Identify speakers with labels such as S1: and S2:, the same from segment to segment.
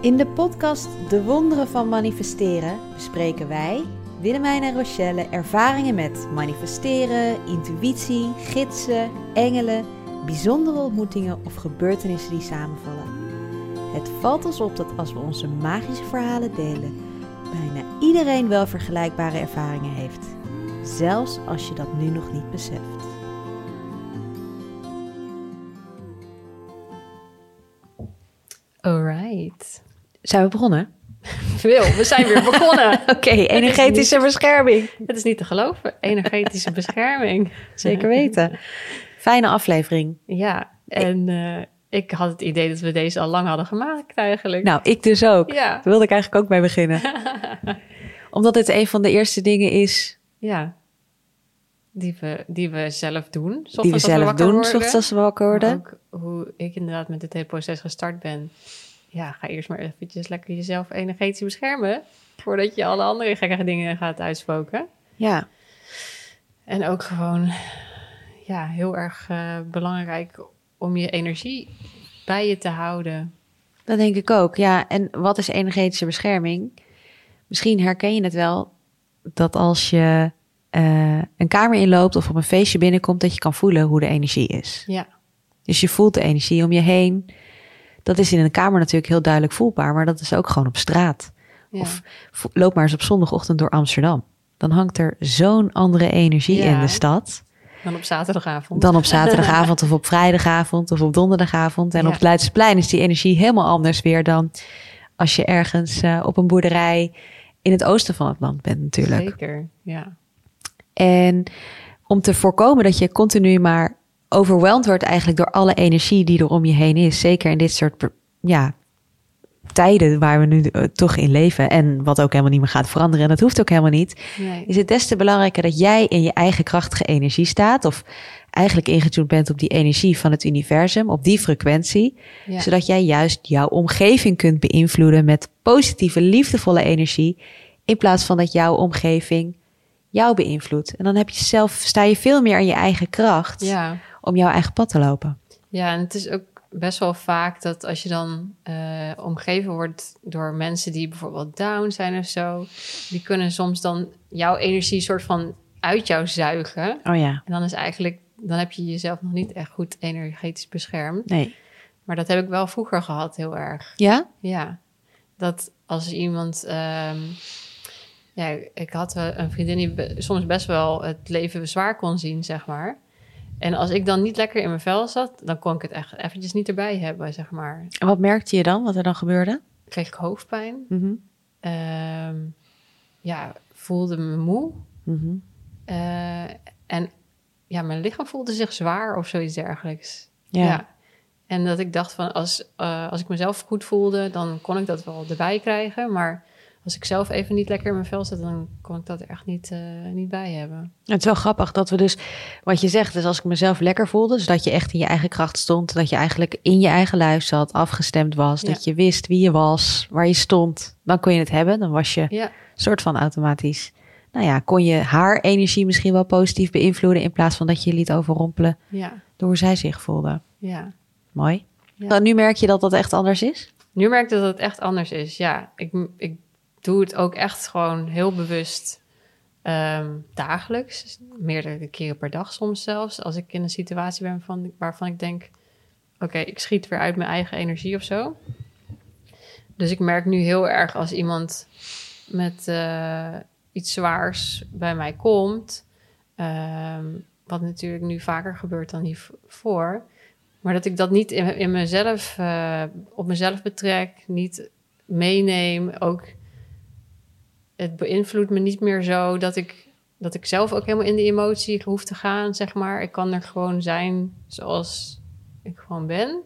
S1: In de podcast De Wonderen van Manifesteren bespreken wij, Willemijn en Rochelle, ervaringen met manifesteren, intuïtie, gidsen, engelen, bijzondere ontmoetingen of gebeurtenissen die samenvallen. Het valt ons op dat als we onze magische verhalen delen, bijna iedereen wel vergelijkbare ervaringen heeft. Zelfs als je dat nu nog niet beseft.
S2: Alright.
S1: Zijn we begonnen?
S2: Wil, we zijn weer begonnen.
S1: Oké, energetische bescherming.
S2: Het is niet te geloven. Energetische bescherming.
S1: Zeker weten. Fijne aflevering.
S2: Ja, en eh, ik had het idee dat we deze al lang hadden gemaakt eigenlijk.
S1: Nou, ik dus ook.
S2: Ja,
S1: Daar wilde ik eigenlijk ook mee beginnen. Omdat het een van de eerste dingen is
S2: ja. Die we, die we zelf doen. Soms
S1: die we zelf doen, zocht als we wakker worden.
S2: Ook hoe ik inderdaad met dit hele proces gestart ben. Ja, ga eerst maar eventjes lekker jezelf energetisch beschermen. Voordat je alle andere gekke dingen gaat uitspoken.
S1: Ja,
S2: En ook gewoon ja, heel erg eh, belangrijk om je energie bij je te houden.
S1: dat denk ik ook. Ja, en wat is energetische bescherming? Misschien herken je het wel dat als je eh, een kamer inloopt of op een feestje binnenkomt, dat je kan voelen hoe de energie is.
S2: Ja,
S1: Dus je voelt de energie om je heen. Dat is in een kamer natuurlijk heel duidelijk voelbaar, maar dat is ook gewoon op straat.
S2: ja.
S1: Of vo- loop maar eens op zondagochtend door Amsterdam. Dan hangt er zo'n andere energie
S2: Ja.
S1: in de stad.
S2: dan op zaterdagavond.
S1: Dan op zaterdagavond of op vrijdagavond of op donderdagavond. En
S2: Ja.
S1: op het Leidseplein is die energie helemaal anders weer dan als je ergens eh, op een boerderij in het oosten van het land bent natuurlijk.
S2: Zeker, ja.
S1: En om te voorkomen dat je continu maar overweldigd wordt eigenlijk door alle energie die er om je heen is. Zeker in dit soort per- ja, tijden waar we nu eh, toch in leven. En wat ook helemaal niet meer gaat veranderen. En dat hoeft ook helemaal niet
S2: Nee.
S1: is het des te belangrijker dat jij in je eigen krachtige energie staat. Of eigenlijk ingetuned bent op die energie van het universum, op die frequentie.
S2: Ja.
S1: Zodat jij juist jouw omgeving kunt beïnvloeden met positieve, liefdevolle energie. In plaats van dat jouw omgeving jou beïnvloedt. En dan heb je zelf, sta je veel meer aan je eigen kracht
S2: ja.
S1: om jouw eigen pad te lopen.
S2: Ja, en het is ook best wel vaak dat als je dan eh, omgeven wordt door mensen die bijvoorbeeld down zijn of zo, die kunnen soms dan jouw energie soort van uit jou zuigen.
S1: Oh ja,
S2: En dan is eigenlijk, dan heb je jezelf nog niet echt goed energetisch beschermd.
S1: nee.
S2: Maar dat heb ik wel vroeger gehad, heel erg.
S1: Ja?
S2: Ja, dat als iemand. ehm, ja, ik had eh, een vriendin die be- soms best wel het leven zwaar kon zien, zeg maar. En als ik dan niet lekker in mijn vel zat, dan kon ik het echt eventjes niet erbij hebben, zeg maar.
S1: En wat merkte je dan, wat er dan gebeurde?
S2: Kreeg ik hoofdpijn. ehm, ja, voelde me moe.
S1: Mhm.
S2: eh, en ja, mijn lichaam voelde zich zwaar of zoiets dergelijks.
S1: Ja.
S2: En dat ik dacht van als, eh, als ik mezelf goed voelde, dan kon ik dat wel erbij krijgen. Maar als ik zelf even niet lekker in mijn vel zat, dan kon ik dat er echt niet, eh, niet bij hebben.
S1: Het is wel grappig dat we dus, wat je zegt, dus als ik mezelf lekker voelde, dus dat je echt in je eigen kracht stond, dat je eigenlijk in je eigen lijf zat, afgestemd was, dat je wist wie je was, waar je stond, dan kon je het hebben, dan was je
S2: Ja,
S1: soort van automatisch, nou ja, kon je haar energie misschien wel positief beïnvloeden in plaats van dat je je liet overrompelen
S2: ja,
S1: door hoe zij zich voelde.
S2: ja.
S1: Mooi.
S2: Ja.
S1: Nou, nu merk je dat dat echt anders is.
S2: Nu merk ik dat het echt anders is. Ja, ik, ik doe het ook echt gewoon heel bewust ehm, dagelijks. Meerdere keren per dag soms zelfs. Als ik in een situatie ben van, waarvan ik denk... oké, ik schiet weer uit mijn eigen energie of zo. Dus ik merk nu heel erg als iemand met eh, iets zwaars bij mij komt... ehm, wat natuurlijk nu vaker gebeurt dan hiervoor... Maar dat ik dat niet in, in mezelf, eh, op mezelf betrek, niet meeneem. Ook het beïnvloedt me niet meer zo dat ik, dat ik zelf ook helemaal in de emotie hoef te gaan, zeg maar. Ik kan er gewoon zijn zoals ik gewoon ben.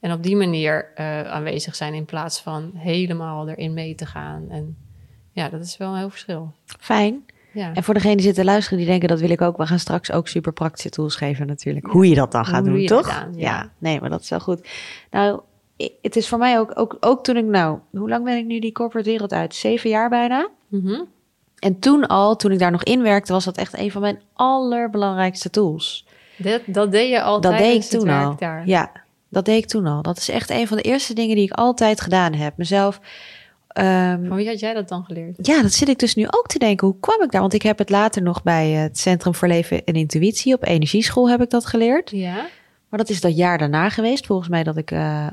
S2: En op die manier eh, aanwezig zijn in plaats van helemaal erin mee te gaan. En ja, dat is wel een heel verschil.
S1: Fijn.
S2: Ja.
S1: En voor degenen die zitten luisteren, die denken dat wil ik ook. We gaan straks ook super praktische tools geven natuurlijk. Hoe je dat dan gaat
S2: Hoe
S1: doen,
S2: je
S1: toch?
S2: dat aan,
S1: ja.
S2: ja.
S1: nee, maar dat is wel goed. Nou, i- het is voor mij ook, ook, ook toen ik nou... Hoe lang ben ik nu die corporate wereld uit? Zeven jaar bijna.
S2: Mhm.
S1: En toen al, toen ik daar nog in werkte, was dat echt een van mijn allerbelangrijkste tools.
S2: dat, dat deed je altijd.
S1: dat deed ik toen al.
S2: Daar.
S1: Ja, Dat deed ik toen al. Dat is echt een van de eerste dingen die ik altijd gedaan heb. Mezelf. ehm,
S2: Van wie had jij dat dan geleerd?
S1: ja, dat zit ik dus nu ook te denken. Hoe kwam ik daar? Want ik heb het later nog bij het Centrum voor Leven en Intuïtie op Energieschool heb ik dat geleerd.
S2: Ja?
S1: Maar dat is dat jaar daarna geweest, volgens mij, dat ik eh,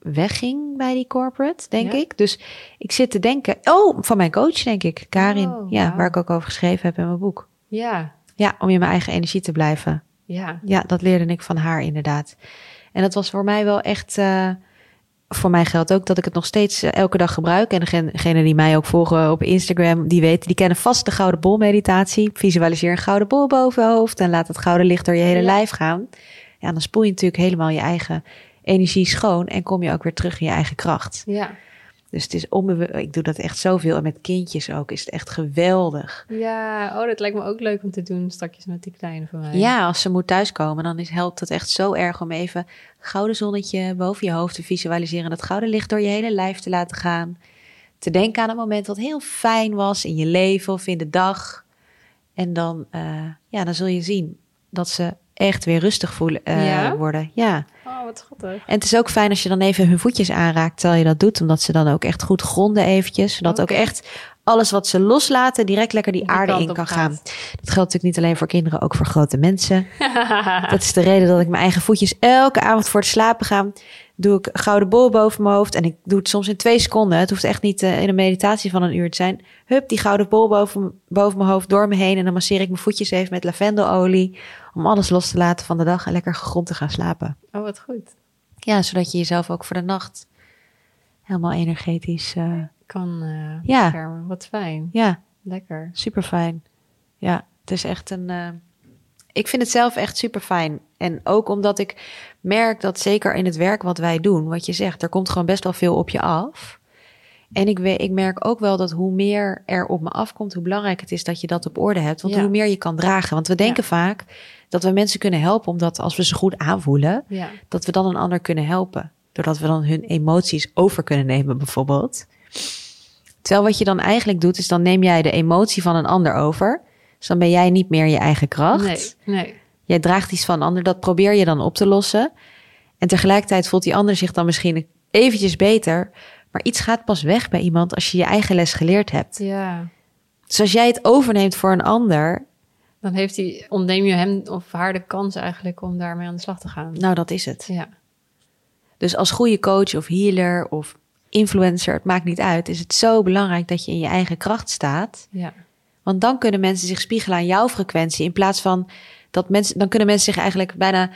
S1: wegging bij die corporate, denk
S2: Ja.
S1: ik. Dus ik zit te denken, oh, van mijn coach, denk ik, Karin,
S2: Oh,
S1: ja,
S2: wauw.
S1: waar ik ook over geschreven heb in mijn boek.
S2: Ja.
S1: Ja, om in mijn eigen energie te blijven.
S2: Ja.
S1: Ja, dat leerde ik van haar inderdaad. En dat was voor mij wel echt. eh, voor mij geldt ook dat ik het nog steeds eh, elke dag gebruik. En degene degene die mij ook volgen op Instagram, die weten, die kennen vast de gouden bol meditatie. Visualiseer een gouden bol boven je hoofd en laat het gouden licht door je hele
S2: Ja.
S1: lijf gaan. Ja, dan spoel je natuurlijk helemaal je eigen energie schoon en kom je ook weer terug in je eigen kracht.
S2: Ja.
S1: Dus het is onbewust. Ik doe dat echt zoveel. En met kindjes ook is het echt geweldig.
S2: Ja. Oh, dat lijkt me ook leuk om te doen. Stakjes met die kleine van mij.
S1: Ja, als ze moet thuiskomen, dan is, helpt het echt zo erg om even gouden zonnetje boven je hoofd te visualiseren. Dat gouden licht door je hele lijf te laten gaan. Te denken aan een moment wat heel fijn was in je leven of in de dag. En dan, eh, ja, dan zul je zien dat ze echt weer rustig voelen, eh,
S2: Ja?
S1: worden. Ja.
S2: Oh, wat schattig.
S1: En het is ook fijn als je dan even hun voetjes aanraakt terwijl je dat doet. Omdat ze dan ook echt goed gronden eventjes. Zodat
S2: Oké.
S1: ook echt alles wat ze loslaten direct lekker die
S2: Die
S1: aarde
S2: kant
S1: in
S2: op
S1: kan
S2: gaat.
S1: gaan. Dat geldt natuurlijk niet alleen voor kinderen, ook voor grote mensen. Dat is de reden dat ik mijn eigen voetjes elke avond voor het slapen gaan. Doe ik gouden bol boven mijn hoofd. En ik doe het soms in twee seconden. Het hoeft echt niet eh, in een meditatie van een uur te zijn. Hup, die gouden bol boven, boven mijn hoofd, door me heen. En dan masseer ik mijn voetjes even met lavendelolie. Om alles los te laten van de dag en lekker gegrond te gaan slapen.
S2: Oh, wat goed.
S1: Ja, zodat je jezelf ook voor de nacht helemaal energetisch. eh,
S2: Kan eh
S1: Ja.
S2: beschermen. Wat fijn.
S1: ja,
S2: Lekker.
S1: super fijn. Ja, het is echt een. eh, ik vind het zelf echt super fijn. En ook omdat ik merk dat zeker in het werk wat wij doen, wat je zegt, er komt gewoon best wel veel op je af. En ik, we, ik merk ook wel dat hoe meer er op me afkomt, hoe belangrijk het is dat je dat op orde hebt. Want
S2: Ja.
S1: hoe meer je kan dragen. Want we denken vaak dat we mensen kunnen helpen, omdat als we ze goed aanvoelen,
S2: Ja.
S1: dat we dan een ander kunnen helpen. Doordat we dan hun emoties over kunnen nemen, bijvoorbeeld. Terwijl wat je dan eigenlijk doet, is dan neem jij de emotie van een ander over. Dus dan ben jij niet meer je eigen kracht.
S2: Nee. Nee.
S1: Jij draagt iets van een ander, dat probeer je dan op te lossen. En tegelijkertijd voelt die ander zich dan misschien eventjes beter. Maar iets gaat pas weg bij iemand als je je eigen les geleerd hebt.
S2: Ja.
S1: Dus als jij het overneemt voor een ander,
S2: Dan heeft hij, ontneem je hem of haar de kans eigenlijk om daarmee aan de slag te gaan.
S1: nou dat is het.
S2: Ja.
S1: Dus als goede coach of healer of influencer, het maakt niet uit, is het zo belangrijk dat je in je eigen kracht staat.
S2: Ja.
S1: Want dan kunnen mensen zich spiegelen aan jouw frequentie. In plaats van dat mensen, dan kunnen mensen zich eigenlijk bijna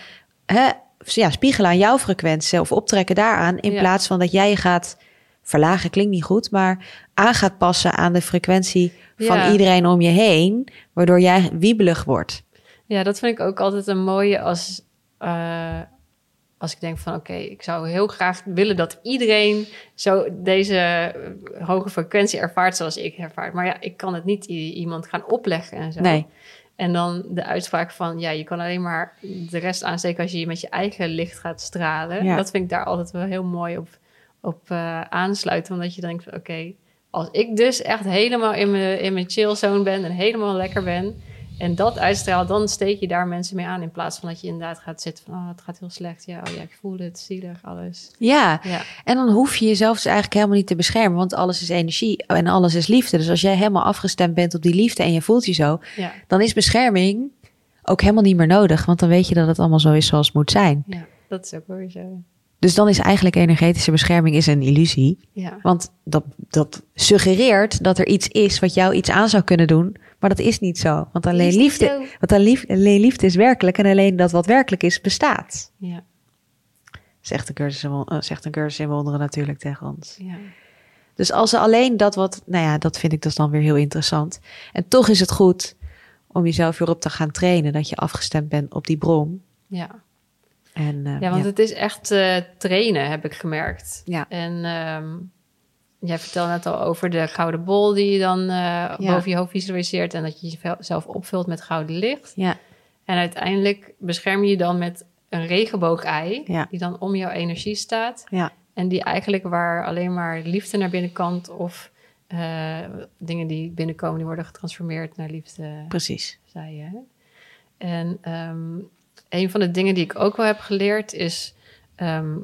S1: hè, ja, spiegelen aan jouw frequentie of optrekken daaraan. In
S2: Ja.
S1: plaats van dat jij je gaat verlagen, klinkt niet goed, maar aan gaat passen aan de frequentie van
S2: Ja.
S1: iedereen om je heen. Waardoor jij wiebelig wordt.
S2: Ja, dat vind ik ook altijd een mooie als, eh, als ik denk van oké, ik zou heel graag willen dat iedereen zo deze eh, hoge frequentie ervaart zoals ik ervaart. Maar ja, ik kan het niet i- iemand gaan opleggen en zo.
S1: Nee.
S2: En dan de uitspraak van ja, je kan alleen maar de rest aansteken als je met je eigen licht gaat stralen.
S1: Ja.
S2: Dat vind ik daar altijd wel heel mooi op, op eh, aansluiten. Omdat je denkt van oké, als ik dus echt helemaal in mijn, in mijn chillzone ben en helemaal lekker ben en dat uitstraalt, dan steek je daar mensen mee aan. In plaats van dat je inderdaad gaat zitten van, oh, het gaat heel slecht. Ja, oh ja, ik voel het, zielig, alles.
S1: Ja,
S2: Ja,
S1: En dan hoef je jezelf dus eigenlijk helemaal niet te beschermen, want alles is energie en alles is liefde. Dus als jij helemaal afgestemd bent op die liefde en je voelt je zo,
S2: ja,
S1: dan is bescherming ook helemaal niet meer nodig, want dan weet je dat het allemaal zo is zoals het moet zijn.
S2: ja, dat is ook weer zo.
S1: Dus dan is eigenlijk energetische bescherming is een illusie,
S2: Ja,
S1: want dat, dat suggereert dat er iets is wat jou iets aan zou kunnen doen, maar dat is niet zo. Want alleen
S2: Is niet
S1: liefde,
S2: zo.
S1: want alleen lief- alleen liefde is werkelijk en alleen dat wat werkelijk is bestaat.
S2: ja,
S1: Zegt een cursus in, won- eh, zegt een cursus in wonderen natuurlijk tegen ons.
S2: ja.
S1: Dus als ze alleen dat wat, nou ja, dat vind ik dus dan weer heel interessant. En toch is het goed om jezelf weer op te gaan trainen, dat je afgestemd bent op die bron.
S2: ja.
S1: En, eh,
S2: Ja, want
S1: ja.
S2: het is echt eh, trainen, heb ik gemerkt.
S1: Ja.
S2: En ehm, jij vertelde net al over de gouden bol die je dan eh, boven je hoofd visualiseert en dat je jezelf opvult met gouden licht.
S1: ja,
S2: En uiteindelijk bescherm je je dan met een regenboog-ei,
S1: Ja.
S2: die dan om jouw energie staat.
S1: ja,
S2: En die eigenlijk waar alleen maar liefde naar binnen kan of eh, dingen die binnenkomen, die worden getransformeerd naar liefde
S1: precies.
S2: zei je. hè? En ehm, een van de dingen die ik ook wel heb geleerd is ehm,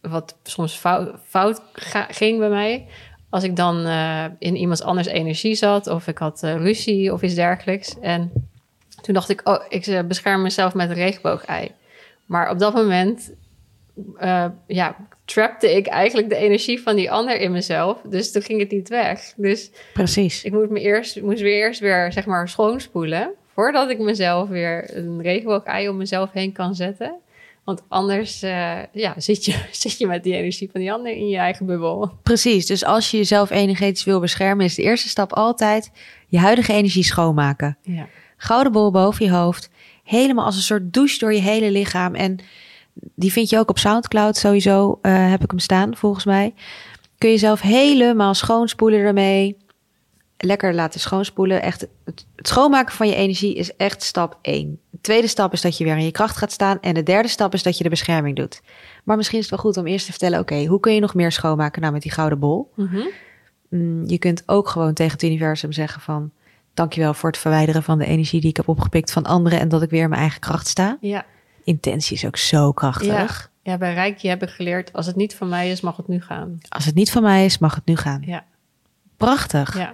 S2: wat soms fout, fout ga- ging bij mij. Als ik dan eh, in iemands anders energie zat of ik had eh, ruzie of iets dergelijks. En toen dacht ik, oh, ik eh, bescherm mezelf met een regenboog-ei. Maar op dat moment eh, ja, trapte ik eigenlijk de energie van die ander in mezelf. Dus toen ging het niet weg. Dus
S1: Precies.
S2: ik moet me eerst, moest weer eerst weer zeg maar schoonspoelen. Voordat ik mezelf weer een regenboog-ei om mezelf heen kan zetten. Want anders eh, ja, zit, je, zit je met die energie van die ander in je eigen bubbel.
S1: Precies. Dus als je jezelf energetisch wil beschermen, is de eerste stap altijd je huidige energie schoonmaken.
S2: Ja.
S1: Gouden bol boven je hoofd. Helemaal als een soort douche door je hele lichaam. En die vind je ook op Soundcloud sowieso. eh, heb ik hem staan, volgens mij. Kun je zelf helemaal schoonspoelen ermee. Lekker laten schoonspoelen. Echt, het, het schoonmaken van je energie is echt stap 1. De tweede stap is dat je weer in je kracht gaat staan. En de derde stap is dat je de bescherming doet. Maar misschien is het wel goed om eerst te vertellen... oké, hoe kun je nog meer schoonmaken nou met die gouden bol?
S2: Mhm.
S1: Mm, je kunt ook gewoon tegen het universum zeggen van... dankjewel voor het verwijderen van de energie die ik heb opgepikt van anderen... en dat ik weer in mijn eigen kracht sta.
S2: ja.
S1: Intentie is ook zo krachtig.
S2: ja, bij Rijkje heb ik geleerd, als het niet van mij is, mag het nu gaan.
S1: Als het niet van mij is, mag het nu gaan.
S2: Ja,
S1: Prachtig.
S2: ja.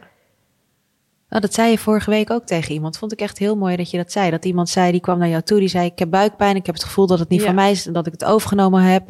S1: Nou, dat zei je vorige week ook tegen iemand. Vond ik echt heel mooi dat je dat zei. Dat iemand zei, die kwam naar jou toe, die zei... ik heb buikpijn, ik heb het gevoel dat het niet
S2: Ja.
S1: van mij is... en dat ik het overgenomen heb.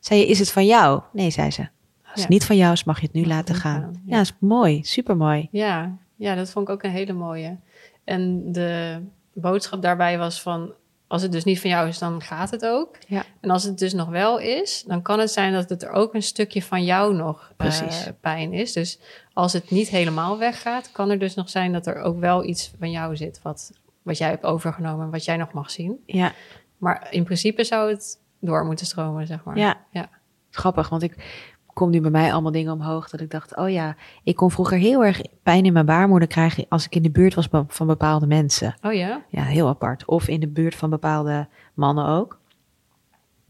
S1: Zei je, is het van jou? Nee, zei ze. Als het
S2: Ja.
S1: niet van jou is, mag je het nu
S2: Mag het
S1: laten
S2: nu
S1: gaan.
S2: gaan,
S1: Ja,
S2: ja.
S1: is mooi. Supermooi.
S2: Ja, ja, dat vond ik ook een hele mooie. En de boodschap daarbij was van... als het dus niet van jou is, dan gaat het ook.
S1: Ja.
S2: En als het dus nog wel is, dan kan het zijn dat het er ook een stukje van jou nog eh,
S1: Precies.
S2: pijn is. Dus als het niet helemaal weggaat, kan er dus nog zijn dat er ook wel iets van jou zit... wat, wat jij hebt overgenomen en wat jij nog mag zien.
S1: Ja,
S2: Maar in principe zou het door moeten stromen, zeg maar.
S1: Ja.
S2: ja.
S1: Grappig, want ik kom nu bij mij allemaal dingen omhoog dat ik dacht, oh ja, ik kon vroeger heel erg pijn in mijn baarmoeder krijgen als ik in de buurt was be- van bepaalde mensen.
S2: Oh ja?
S1: Ja, heel apart. Of in de buurt van bepaalde mannen ook.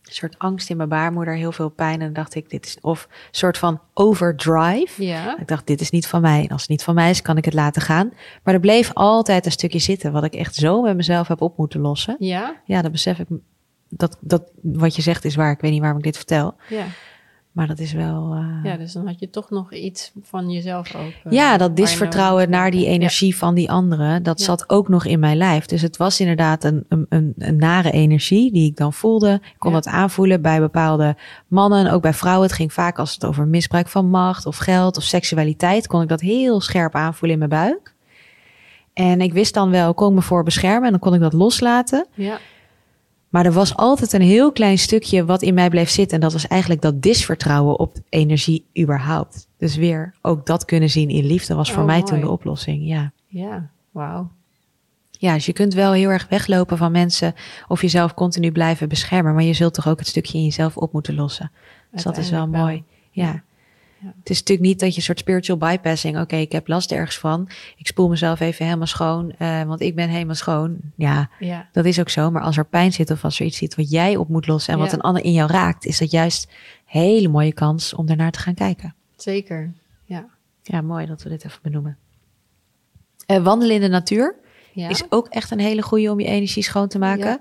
S1: Een soort angst in mijn baarmoeder, heel veel pijn. En dan dacht ik, dit is, of een soort van overdrive.
S2: Ja.
S1: Ik dacht, dit is niet van mij. En als het niet van mij is, kan ik het laten gaan. Maar er bleef altijd een stukje zitten, wat ik echt zo met mezelf heb op moeten lossen.
S2: Ja?
S1: Ja, dat besef ik. m- Dat, dat wat je zegt is waar. Ik weet niet waarom ik dit vertel.
S2: Ja.
S1: Maar dat is wel. eh,
S2: Ja,
S1: ja,
S2: dus dan had je toch nog iets van jezelf ook. eh, waar
S1: dat
S2: je
S1: disvertrouwen
S2: naar-
S1: naar die energie van die anderen, dat
S2: Ja.
S1: zat ook nog in mijn lijf. Dus het was inderdaad een, een, een, een nare energie die ik dan voelde. Ik kon
S2: Ja.
S1: dat aanvoelen bij bepaalde mannen en ook bij vrouwen. Het ging vaak als het over misbruik van macht of geld of seksualiteit, kon ik dat heel scherp aanvoelen in mijn buik. En ik wist dan wel, kon ik me voor beschermen en dan kon ik dat loslaten.
S2: Ja,
S1: Maar er was altijd een heel klein stukje wat in mij bleef zitten. En dat was eigenlijk dat disvertrouwen op energie überhaupt. Dus weer ook dat kunnen zien in liefde was voor
S2: Oh,
S1: mij
S2: mooi.
S1: toen de oplossing. Ja.
S2: ja, wauw.
S1: ja, dus je kunt wel heel erg weglopen van mensen of jezelf continu blijven beschermen. Maar je zult toch ook het stukje in jezelf op moeten lossen. Dus dat is wel
S2: Uiteindelijk wel.
S1: mooi. Ja.
S2: Ja.
S1: Het is natuurlijk niet dat je een soort spiritual bypassing. Oké, ik heb last ergens van. Ik spoel mezelf even helemaal schoon, eh, want ik ben helemaal schoon. Ja,
S2: Ja,
S1: dat is ook zo, maar als er pijn zit of als er iets zit wat jij op moet lossen en wat
S2: Ja.
S1: een ander in jou raakt, is dat juist een hele mooie kans om daarnaar te gaan kijken.
S2: zeker. Ja.
S1: Ja, mooi dat we dit even benoemen. Eh, wandelen in de natuur
S2: ja.
S1: is ook echt een hele goede om je energie schoon te maken.
S2: Ja.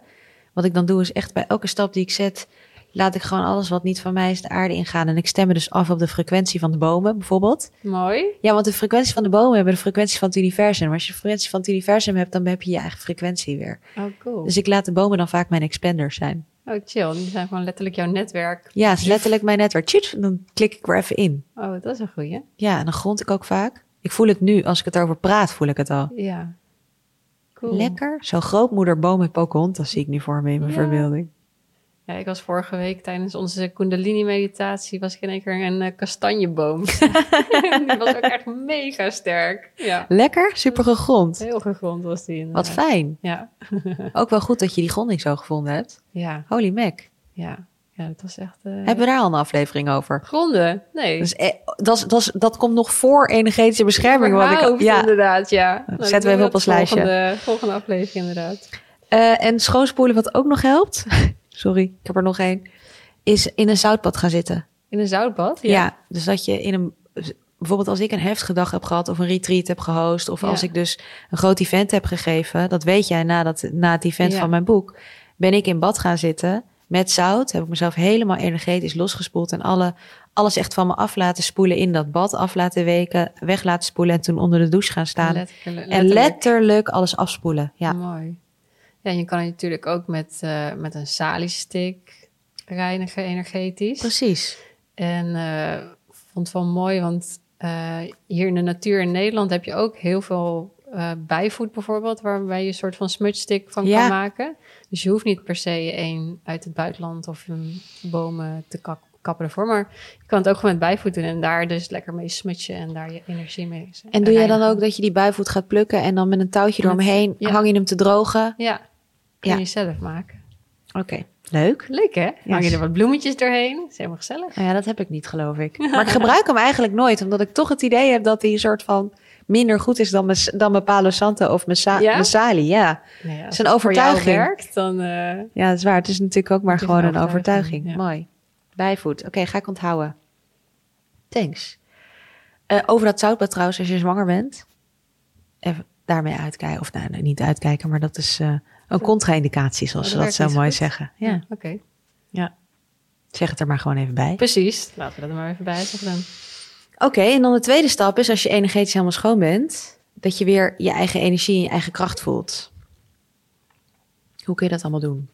S1: Wat ik dan doe is echt bij elke stap die ik zet, laat ik gewoon alles wat niet van mij is de aarde ingaan. En ik stem me dus af op de frequentie van de bomen bijvoorbeeld.
S2: Mooi.
S1: Ja, want de frequentie van de bomen hebben de frequentie van het universum. Maar als je de frequentie van het universum hebt, dan heb je je eigen frequentie weer.
S2: Oh, cool.
S1: Dus ik laat de bomen dan vaak mijn expanders zijn.
S2: Oh, chill. Die zijn gewoon letterlijk jouw netwerk.
S1: Ja, het is letterlijk mijn netwerk. Tjut, dan klik ik weer even in.
S2: Oh, dat is een goeie.
S1: Ja, en dan grond ik ook vaak. Ik voel het nu, als ik het erover praat, voel ik het al.
S2: Ja. Cool.
S1: Lekker. Zo'n grootmoederboom met Pocahontas zie ik nu voor me in mijn
S2: Ja.
S1: verbeelding.
S2: Ja, ik was vorige week tijdens onze Kundalini-meditatie was ik in één keer een eh, kastanjeboom. die was ook echt mega sterk. Ja.
S1: Lekker, super gegrond.
S2: Heel gegrond was die.
S1: Wat
S2: inderdaad.
S1: fijn.
S2: Ja.
S1: Ook wel goed dat je die gronding zo gevonden hebt.
S2: Ja.
S1: Holy mac.
S2: Ja. Ja, dat was echt... eh,
S1: Hebben we daar al een aflevering over?
S2: Gronden? Nee.
S1: Dus, eh, dat, is- dat, is- dat komt nog voor energetische bescherming. Wat ik,
S2: Überhaupt,
S1: ja.
S2: inderdaad, ja.
S1: Zetten
S2: dan
S1: we
S2: doen
S1: even op
S2: het
S1: ons lijstje.
S2: Volgende, volgende aflevering, inderdaad.
S1: Eh, en schoonspoelen, wat ook nog helpt. Sorry, ik heb er nog één. Is in een zoutbad gaan zitten.
S2: In een zoutbad?
S1: Ja. dus dat je in een. Bijvoorbeeld als ik een heftige dag heb gehad of een retreat heb gehost. Of
S2: Ja.
S1: als ik dus een groot event heb gegeven. Dat weet jij na, dat, na het event
S2: Ja.
S1: van mijn boek. Ben ik in bad gaan zitten. met zout. Heb ik mezelf helemaal energetisch losgespoeld en alle, alles echt van me af laten spoelen in dat bad. Af laten weken, weg laten spoelen en toen onder de douche gaan staan.
S2: Letterlijk. Mm.
S1: En letterlijk alles afspoelen. Ja,
S2: Mooi. Ja, en je kan het natuurlijk ook met, eh, met een saliestick reinigen energetisch.
S1: precies.
S2: En eh, ik vond het wel mooi, want eh, hier in de natuur in Nederland heb je ook heel veel eh, bijvoed bijvoorbeeld, waarbij je een soort van smudstick van
S1: Ja.
S2: kan maken. Dus je hoeft niet per se een uit het buitenland of een bomen te kap kappen ervoor, maar je kan het ook gewoon met bijvoed doen en daar dus lekker mee smutsen en daar je energie mee
S1: En doe jij dan
S2: reinigen.
S1: ook dat je die buivoet gaat plukken en dan met een touwtje
S2: Met-
S1: eromheen
S2: ja.
S1: hang je hem te drogen?
S2: Ja, kun
S1: Ja.
S2: je zelf maken.
S1: Oké, leuk.
S2: Leuk hè? Hang je
S1: Yes.
S2: er wat bloemetjes doorheen, is helemaal gezellig.
S1: Nou ja, dat heb ik niet, geloof ik. Maar ik gebruik hem eigenlijk nooit, omdat ik toch het idee heb dat hij een soort van minder goed is dan mijn, dan mijn Palo Santo of mijn, sa-
S2: Ja?
S1: mijn Sali. Ja.
S2: Nou ja,
S1: is
S2: als
S1: een
S2: het voor jou
S1: overtuiging.
S2: werkt, dan... eh,
S1: ja, dat is waar. Het is natuurlijk ook maar
S2: Het is
S1: gewoon
S2: een
S1: een overtuiging.
S2: overtuiging, ja.
S1: Mooi. Bijvoet. Oké, ga ik onthouden. Thanks. Eh, over dat zoutbad trouwens, als je zwanger bent. Even daarmee uitkijken. Of nou, niet uitkijken, maar dat is eh, een contra-indicatie, zoals
S2: Oh,
S1: ze
S2: dat
S1: dat
S2: werkt
S1: zo
S2: niet zo
S1: mooi
S2: goed.
S1: zeggen. Ja.
S2: Oké.
S1: Zeg het er maar gewoon even bij.
S2: Precies. Laten we dat er maar even bij zeggen dan.
S1: Oké, en dan de tweede stap is als je energetisch helemaal schoon bent, dat je weer je eigen energie en je eigen kracht voelt. Hoe kun je dat allemaal doen?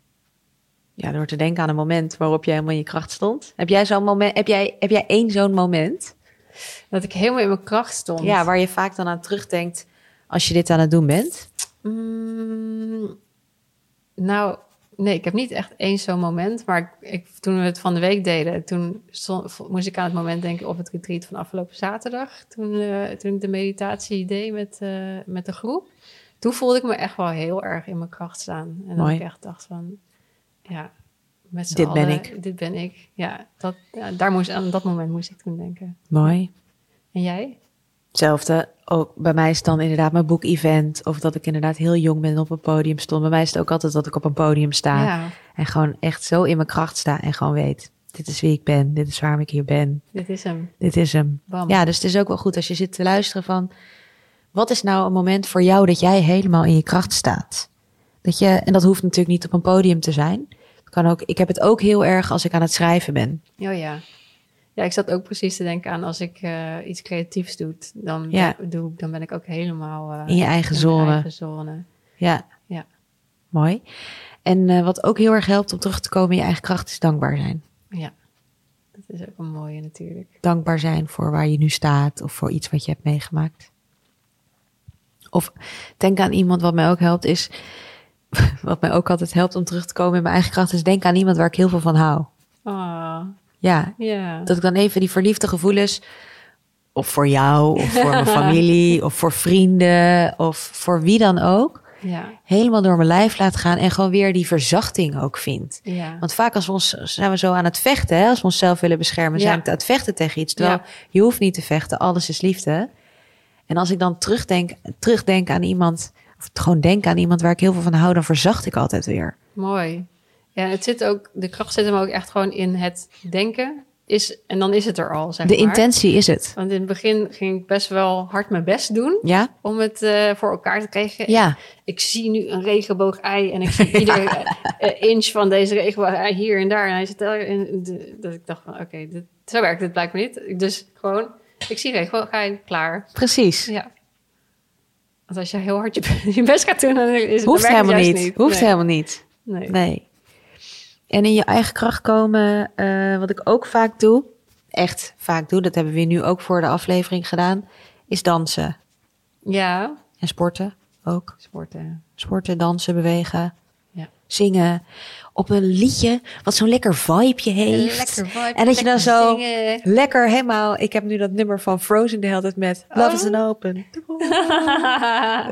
S1: Ja, door te denken aan een moment waarop jij helemaal in je kracht stond. Heb jij zo'n moment? Heb jij, heb jij één zo'n moment?
S2: Dat ik helemaal in mijn kracht stond.
S1: Ja, waar je vaak dan aan terugdenkt als je dit aan het doen bent.
S2: Mm, nou, nee, ik heb niet echt eens zo'n moment. Maar ik, ik- toen we het van de week deden, toen stond- vo- moest ik aan het moment denken op het retreat van afgelopen zaterdag. Toen, eh, toen ik de meditatie deed met, eh, met de groep. Toen voelde ik me echt wel heel erg in mijn kracht staan. En
S1: Mooi.
S2: dat ik echt dacht van, ja, met z'n
S1: Dit ben
S2: allen,
S1: ik.
S2: Dit ben ik. Ja, dat, ja daar moest, aan dat moment moest ik toen denken.
S1: Mooi.
S2: En jij?
S1: Hetzelfde, ook bij mij is dan inderdaad mijn boek-event. Of dat ik inderdaad heel jong ben en op een podium stond. Bij mij is het ook altijd dat ik op een podium sta.
S2: ja.
S1: En gewoon echt zo in mijn kracht sta en gewoon weet: dit is wie ik ben, dit is waarom ik hier ben,
S2: Dit is hem.
S1: dit is hem.
S2: Bam.
S1: Ja, dus het is ook wel goed als je zit te luisteren van: wat is nou een moment voor jou dat jij helemaal in je kracht staat? Dat je, en dat hoeft natuurlijk niet op een podium te zijn. Het Kan ook, ik heb het ook heel erg als ik aan het schrijven ben.
S2: Oh ja. Ja, ik zat ook precies te denken aan als ik eh, iets creatiefs doe, dan,
S1: Ja.
S2: ben, doe, ik- dan ben ik ook helemaal eh,
S1: In je eigen
S2: in mijn
S1: zone.
S2: eigen zone.
S1: Ja.
S2: Ja.
S1: Mooi. En eh, wat ook heel erg helpt om terug te komen in je eigen kracht is dankbaar zijn.
S2: Ja, dat is ook een mooie natuurlijk.
S1: dankbaar zijn voor waar je nu staat of voor iets wat je hebt meegemaakt. Of denk aan iemand wat mij ook helpt is, wat mij ook altijd helpt om terug te komen in mijn eigen kracht, is denk aan iemand waar ik heel veel van hou.
S2: Ah,
S1: Ja,
S2: ja.
S1: dat ik dan even die verliefde gevoelens, of voor jou, of voor mijn familie, of voor vrienden, of voor wie dan ook,
S2: Ja,
S1: helemaal door mijn lijf laat gaan en gewoon weer die verzachting ook vind.
S2: ja.
S1: Want vaak als we ons, zijn we zo aan het vechten, hè? als we onszelf willen beschermen,
S2: Ja.
S1: zijn we aan het vechten tegen iets. Terwijl
S2: Ja.
S1: je hoeft niet te vechten, alles is liefde. En als ik dan terugdenk, terugdenk aan iemand, of gewoon denk aan iemand waar ik heel veel van hou, dan verzacht ik altijd weer.
S2: Mooi. Ja, het zit ook, de kracht zit hem ook echt gewoon in het denken. Is, en dan is het er al, zeg
S1: De
S2: maar.
S1: intentie is het.
S2: Want in het begin ging ik best wel hard mijn best doen
S1: Ja?
S2: om het eh, voor elkaar te krijgen.
S1: Ja.
S2: ik zie nu een regenboog-ei en ik zie ieder eh, inch van deze regenboog-ei hier en daar. En hij zit er in de- dat ik dacht van, oké, dit- zo werkt het blijkbaar niet. Ik- Dus gewoon, ik zie regenboog-ei, klaar.
S1: Precies.
S2: Ja. Want als je heel hard je, je best gaat doen, dan is
S1: Hoeft
S2: het dan werkt het
S1: helemaal
S2: juist
S1: niet. Hoeft
S2: nee.
S1: helemaal niet.
S2: Nee.
S1: Nee. En in je eigen kracht komen, eh, wat ik ook vaak doe, echt vaak doe, dat hebben we nu ook voor de aflevering gedaan, is dansen.
S2: Ja,
S1: En sporten ook.
S2: sporten.
S1: sporten, dansen, bewegen,
S2: Ja.
S1: zingen. Op een liedje wat zo'n lekker vibeje heeft. en dat je dan zo lekker helemaal... Ik heb nu dat nummer van Frozen de hele tijd met Love is an open door.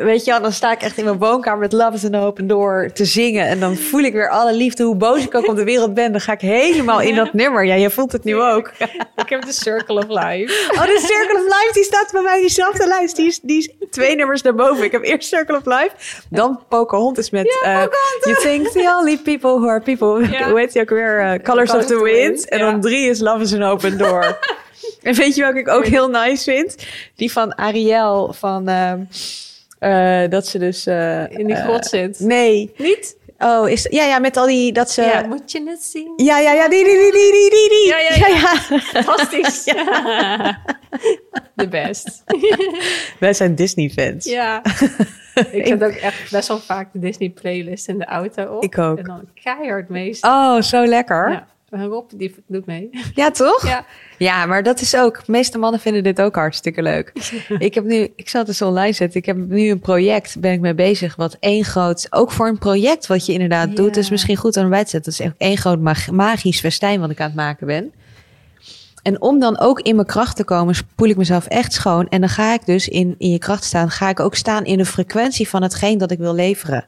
S1: Weet je wel, dan sta ik echt in mijn woonkamer met Love is an open door te zingen. En dan voel ik weer alle liefde, hoe boos ik ook op de wereld ben. Dan ga ik helemaal in dat nummer. Ja, jij voelt het nu ook.
S2: ik heb de circle of life.
S1: Oh, de Circle of Life, die staat bij mij diezelfde lijst. Die is, die is twee nummers daarboven. Ik heb eerst Circle of Life, dan Pocahontas met... eh, You think the only people who are people...
S2: Ja.
S1: Hoe heet die ook weer? eh, Colors of the Wind. En
S2: ja.
S1: dan drie is Love is an Open Door. en weet je welke ik ook heel nice vind? Die van Ariel, van... ehm, eh, dat ze dus... eh,
S2: In die
S1: eh,
S2: grot zit.
S1: nee,
S2: Niet?
S1: Oh, is, ja, ja, met al die, dat ze...
S2: Ja,
S1: Ja,
S2: moet je het zien?
S1: ja, ja, die, die, die, die, die, die, die.
S2: Ja, ja, ja. Fantastisch. De best.
S1: Wij zijn Disney-fans.
S2: Ja. Ik zet ook echt best wel vaak de Disney playlist in de auto op.
S1: Ik ook.
S2: En dan keihard meestal.
S1: Oh, zo lekker. Ja,
S2: Ja. En Rob, die doet mee.
S1: toch?
S2: Ja.
S1: Ja, maar dat is ook. De meeste mannen vinden dit ook hartstikke leuk. ik heb nu, ik zal het eens online zetten. Ik heb nu een project, ben ik mee bezig. Wat één groot, ook voor een project wat je inderdaad
S2: Ja.
S1: doet, is misschien goed aan bij te zetten. Dat is echt één groot mag- magisch festijn wat ik aan het maken ben. En om dan ook in mijn kracht te komen, spoel ik mezelf echt schoon. En dan ga ik dus in, in je kracht staan. Ga ik ook staan in de frequentie van hetgeen dat ik wil leveren.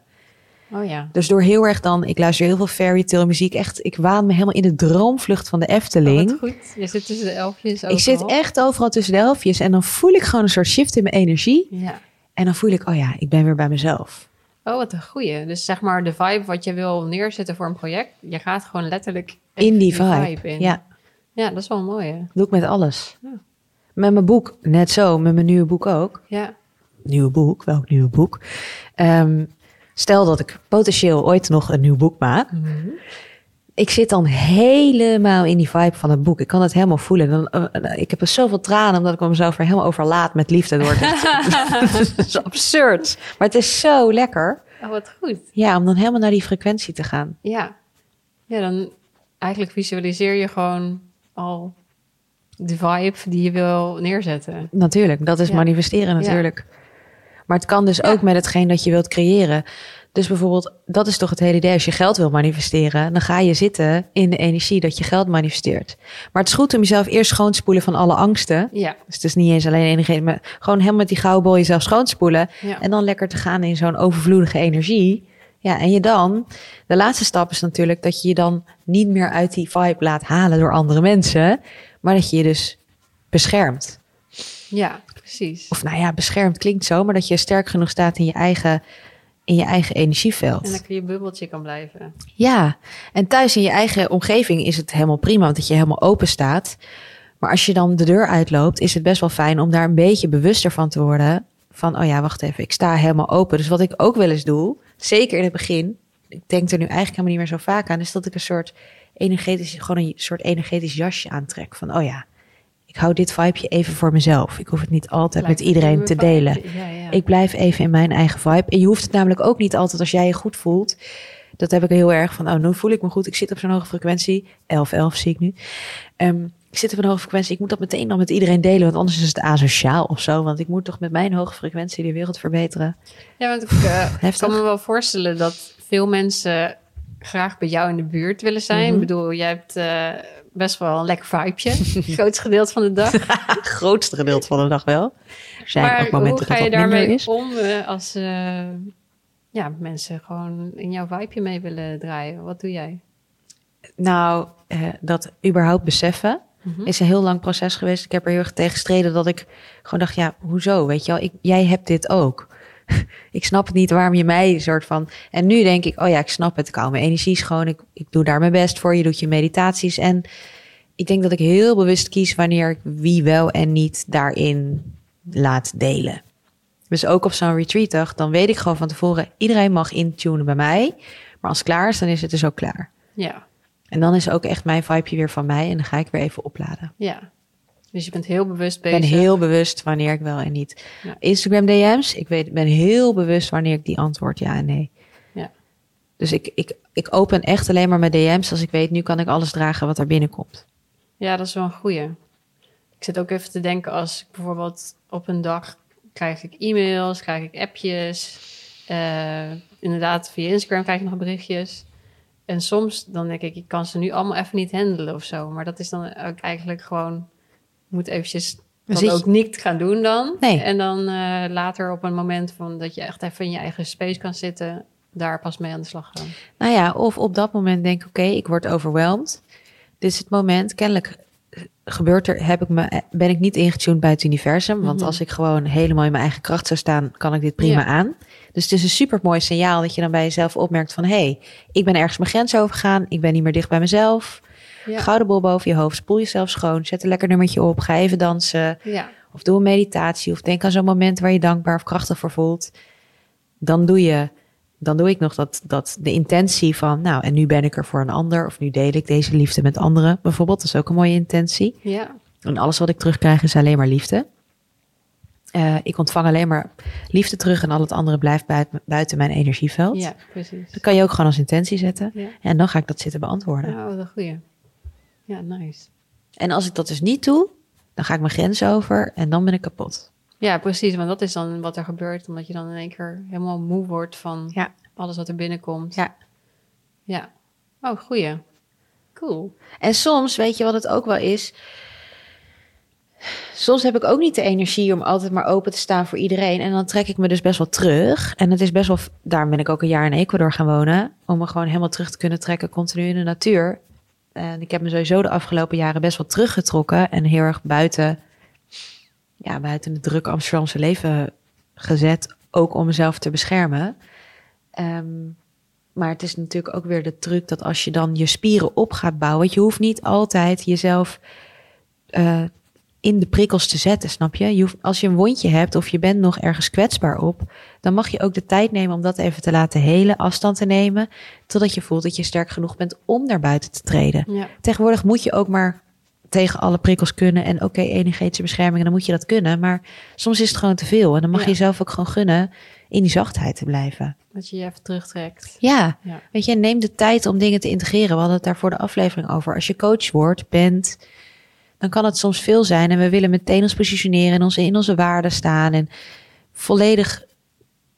S2: Oh ja.
S1: Dus door heel erg dan, ik luister heel veel fairy tale muziek. Echt, ik waan me helemaal in de droomvlucht van de
S2: Oh,
S1: Efteling.
S2: wat goed. Je zit tussen de elfjes ook
S1: ik zit echt overal tussen de helftjes. En dan voel ik gewoon een soort shift in mijn energie.
S2: Ja.
S1: En dan voel ik, oh ja, ik ben weer bij mezelf.
S2: Oh, wat een goeie. Dus zeg maar de vibe wat je wil neerzetten voor een project. Je gaat gewoon letterlijk
S1: In die
S2: echt
S1: vibe.
S2: in.
S1: Ja,
S2: ja, dat is wel mooi hè.
S1: dat doe ik met alles.
S2: Ja.
S1: Met mijn boek, net zo. Met mijn nieuwe boek ook.
S2: Ja.
S1: Nieuwe boek, welk nieuwe boek? Ehm, stel dat ik potentieel ooit nog een nieuw boek maak. ik zit dan helemaal in die vibe van het boek. Ik kan het helemaal voelen. Dan, eh, eh, ik heb er zoveel tranen omdat ik mezelf er helemaal overlaat met liefde. Het wordt echt- Het is absurd. Maar het is zo lekker.
S2: Oh, wat goed.
S1: Ja, om dan helemaal naar die frequentie te gaan.
S2: Ja. Ja, dan eigenlijk visualiseer je gewoon al de vibe die je wil neerzetten.
S1: Natuurlijk, dat is
S2: Ja.
S1: manifesteren natuurlijk. Maar het kan dus
S2: Ja.
S1: ook met hetgeen dat je wilt creëren. Dus bijvoorbeeld, dat is toch het hele idee. Als je geld wil manifesteren, dan ga je zitten in de energie dat je geld manifesteert. Maar het is goed om jezelf eerst schoonspoelen van alle angsten.
S2: Ja.
S1: Dus het is niet eens alleen energie, maar gewoon helemaal met die gouden bol jezelf schoonspoelen.
S2: Ja.
S1: En dan lekker te gaan in zo'n overvloedige energie. Ja, en je dan, de laatste stap is natuurlijk dat je je dan niet meer uit die vibe laat halen door andere mensen. Maar dat je je dus beschermt.
S2: ja, precies.
S1: Of nou ja, beschermd klinkt zo, maar dat je sterk genoeg staat in je eigen, in je eigen energieveld.
S2: En lekker je bubbeltje kan blijven.
S1: Ja, en thuis in je eigen omgeving is het helemaal prima, want dat je helemaal open staat. Maar als je dan de deur uitloopt, is het best wel fijn om daar een beetje bewuster van te worden. Van, oh ja, wacht even, ik sta helemaal open. Dus wat ik ook wel eens doe, zeker in het begin, ik denk er nu eigenlijk helemaal niet meer zo vaak aan, is dat ik een soort energetisch, gewoon een soort energetisch jasje aantrek. Van, oh ja, ik hou dit vibeje even voor mezelf. Ik hoef het niet altijd
S2: Lijkt
S1: met iedereen
S2: een
S1: te
S2: vibeje.
S1: delen.
S2: Ja, ja.
S1: Ik blijf even in mijn eigen vibe. En je hoeft het namelijk ook niet altijd als jij je goed voelt. Dat heb ik heel erg van, oh, nu voel ik me goed. Ik zit op zo'n hoge frequentie. 11, 11 zie ik nu. Ehm, ik zit op een hoge frequentie. Ik moet dat meteen dan met iedereen delen. Want anders is het asociaal of zo. Want ik moet toch met mijn hoge frequentie de wereld verbeteren.
S2: Ja, want ik eh,
S1: Heftig.
S2: kan me wel voorstellen dat veel mensen graag bij jou in de buurt willen zijn.
S1: Mhm.
S2: Ik bedoel, jij hebt eh, best wel een lekker vibeje. het grootste gedeelte van de dag.
S1: Het grootste gedeelte van de dag wel. Er zijn
S2: maar
S1: ook momenten
S2: hoe ga
S1: dat
S2: je
S1: dat minder
S2: daarmee
S1: is.
S2: om eh, als eh, ja, mensen gewoon in jouw vibeje mee willen draaien? Wat doe jij?
S1: Nou, eh, dat überhaupt beseffen
S2: Mhm.
S1: is een heel lang proces geweest. Ik heb er heel erg tegen gestreden dat ik gewoon dacht, ja, hoezo? Weet je wel, ik, jij hebt dit ook. ik snap het niet waarom je mij soort van... En nu denk ik, oh ja, ik snap het. Ik hou mijn energie schoon. Ik, ik doe daar mijn best voor. Je doet je meditaties. En ik denk dat ik heel bewust kies wanneer ik wie wel en niet daarin laat delen. Dus ook op zo'n retreatdag, dan weet ik gewoon van tevoren... iedereen mag intunen bij mij. Maar als het klaar is, dan is het dus ook klaar.
S2: Ja,
S1: En dan is ook echt mijn vibeje weer van mij en dan ga ik weer even opladen.
S2: ja. Dus je bent heel bewust
S1: Ik
S2: bezig.
S1: ben heel bewust wanneer ik wel en niet.
S2: Ja.
S1: Instagram DM's, ik weet, ben heel bewust wanneer ik die antwoord ja en nee.
S2: Ja.
S1: Dus ik, ik, ik open echt alleen maar mijn DM's als ik weet, nu kan ik alles dragen wat er binnenkomt.
S2: Ja, dat is wel een goeie. Ik zit ook even te denken als ik bijvoorbeeld op een dag krijg ik e-mails, krijg ik appjes. eh, inderdaad, via Instagram krijg ik nog berichtjes. En soms dan denk ik, ik kan ze nu allemaal even niet handelen of zo. Maar dat is dan ook eigenlijk gewoon, ik moet eventjes dat
S1: zit je-
S2: ook niet gaan doen dan.
S1: Nee.
S2: En dan eh, later op een moment van dat je echt even in je eigen space kan zitten, daar pas mee aan de slag gaan.
S1: Nou ja, of op dat moment denk ik, oké, ik word overweldigd. Dit is het moment. Kennelijk gebeurt er, heb ik me, ben ik niet ingetuned bij het universum. Want
S2: Mhm.
S1: als ik gewoon helemaal in mijn eigen kracht zou staan, kan ik dit prima
S2: Ja.
S1: aan. Dus het is een supermooi signaal dat je dan bij jezelf opmerkt van... hé, hey, ik ben ergens mijn grens overgegaan. Ik ben niet meer dicht bij mezelf.
S2: Ja,
S1: Gouden bol boven je hoofd. Spoel jezelf schoon. Zet een lekker nummertje op. Ga even dansen.
S2: ja,
S1: Of doe een meditatie. Of denk aan zo'n moment waar je dankbaar of krachtig voor voelt. Dan doe je dan doe ik nog dat, dat de intentie van, nou, en nu ben ik er voor een ander, of nu deel ik deze liefde met anderen, bijvoorbeeld, dat is ook een mooie intentie.
S2: Ja.
S1: En alles wat ik terugkrijg is alleen maar liefde. Eh, ik ontvang alleen maar liefde terug en al het andere blijft buiten, buiten mijn energieveld.
S2: ja, precies.
S1: Dat kan je ook gewoon als intentie zetten.
S2: Ja.
S1: En dan ga ik dat zitten beantwoorden.
S2: Nou, wat een goeie. Ja, nice.
S1: En als ik dat dus niet doe, dan ga ik mijn grens over en dan ben ik kapot.
S2: Ja, precies. Want dat is dan wat er gebeurt. Omdat je dan in één keer helemaal moe wordt van
S1: Ja.
S2: alles wat er binnenkomt.
S1: Ja.
S2: Ja. Oh, goeie. Cool.
S1: En soms, weet je wat het ook wel is? Soms heb ik ook niet de energie om altijd maar open te staan voor iedereen. En dan trek ik me dus best wel terug. En het is best wel, daarom ben ik ook een jaar in Ecuador gaan wonen. Om me gewoon helemaal terug te kunnen trekken, continu in de natuur. En ik heb me sowieso de afgelopen jaren best wel teruggetrokken. En heel erg buiten, ja, buiten het drukke Amsterdamse leven gezet. Ook om mezelf te beschermen. Ehm, maar het is natuurlijk ook weer de truc dat als je dan je spieren op gaat bouwen, want je hoeft niet altijd jezelf eh, in de prikkels te zetten, snap je? je hoeft, als je een wondje hebt of je bent nog ergens kwetsbaar op, dan mag je ook de tijd nemen om dat even te laten helen, afstand te nemen, totdat je voelt dat je sterk genoeg bent om naar buiten te treden.
S2: Ja.
S1: Tegenwoordig moet je ook maar tegen alle prikkels kunnen en oké, energetische bescherming, dan moet je dat kunnen, maar soms is het gewoon te veel en dan mag
S2: Ja.
S1: je jezelf ook gewoon gunnen in die zachtheid te blijven.
S2: Dat je je even terugtrekt.
S1: Ja.
S2: Ja.
S1: Weet je, neem de tijd om dingen te integreren. We hadden het daar voor de aflevering over. Als je coach wordt, bent, dan kan het soms veel zijn. En we willen meteen ons positioneren en onze, in onze waarden staan. En volledig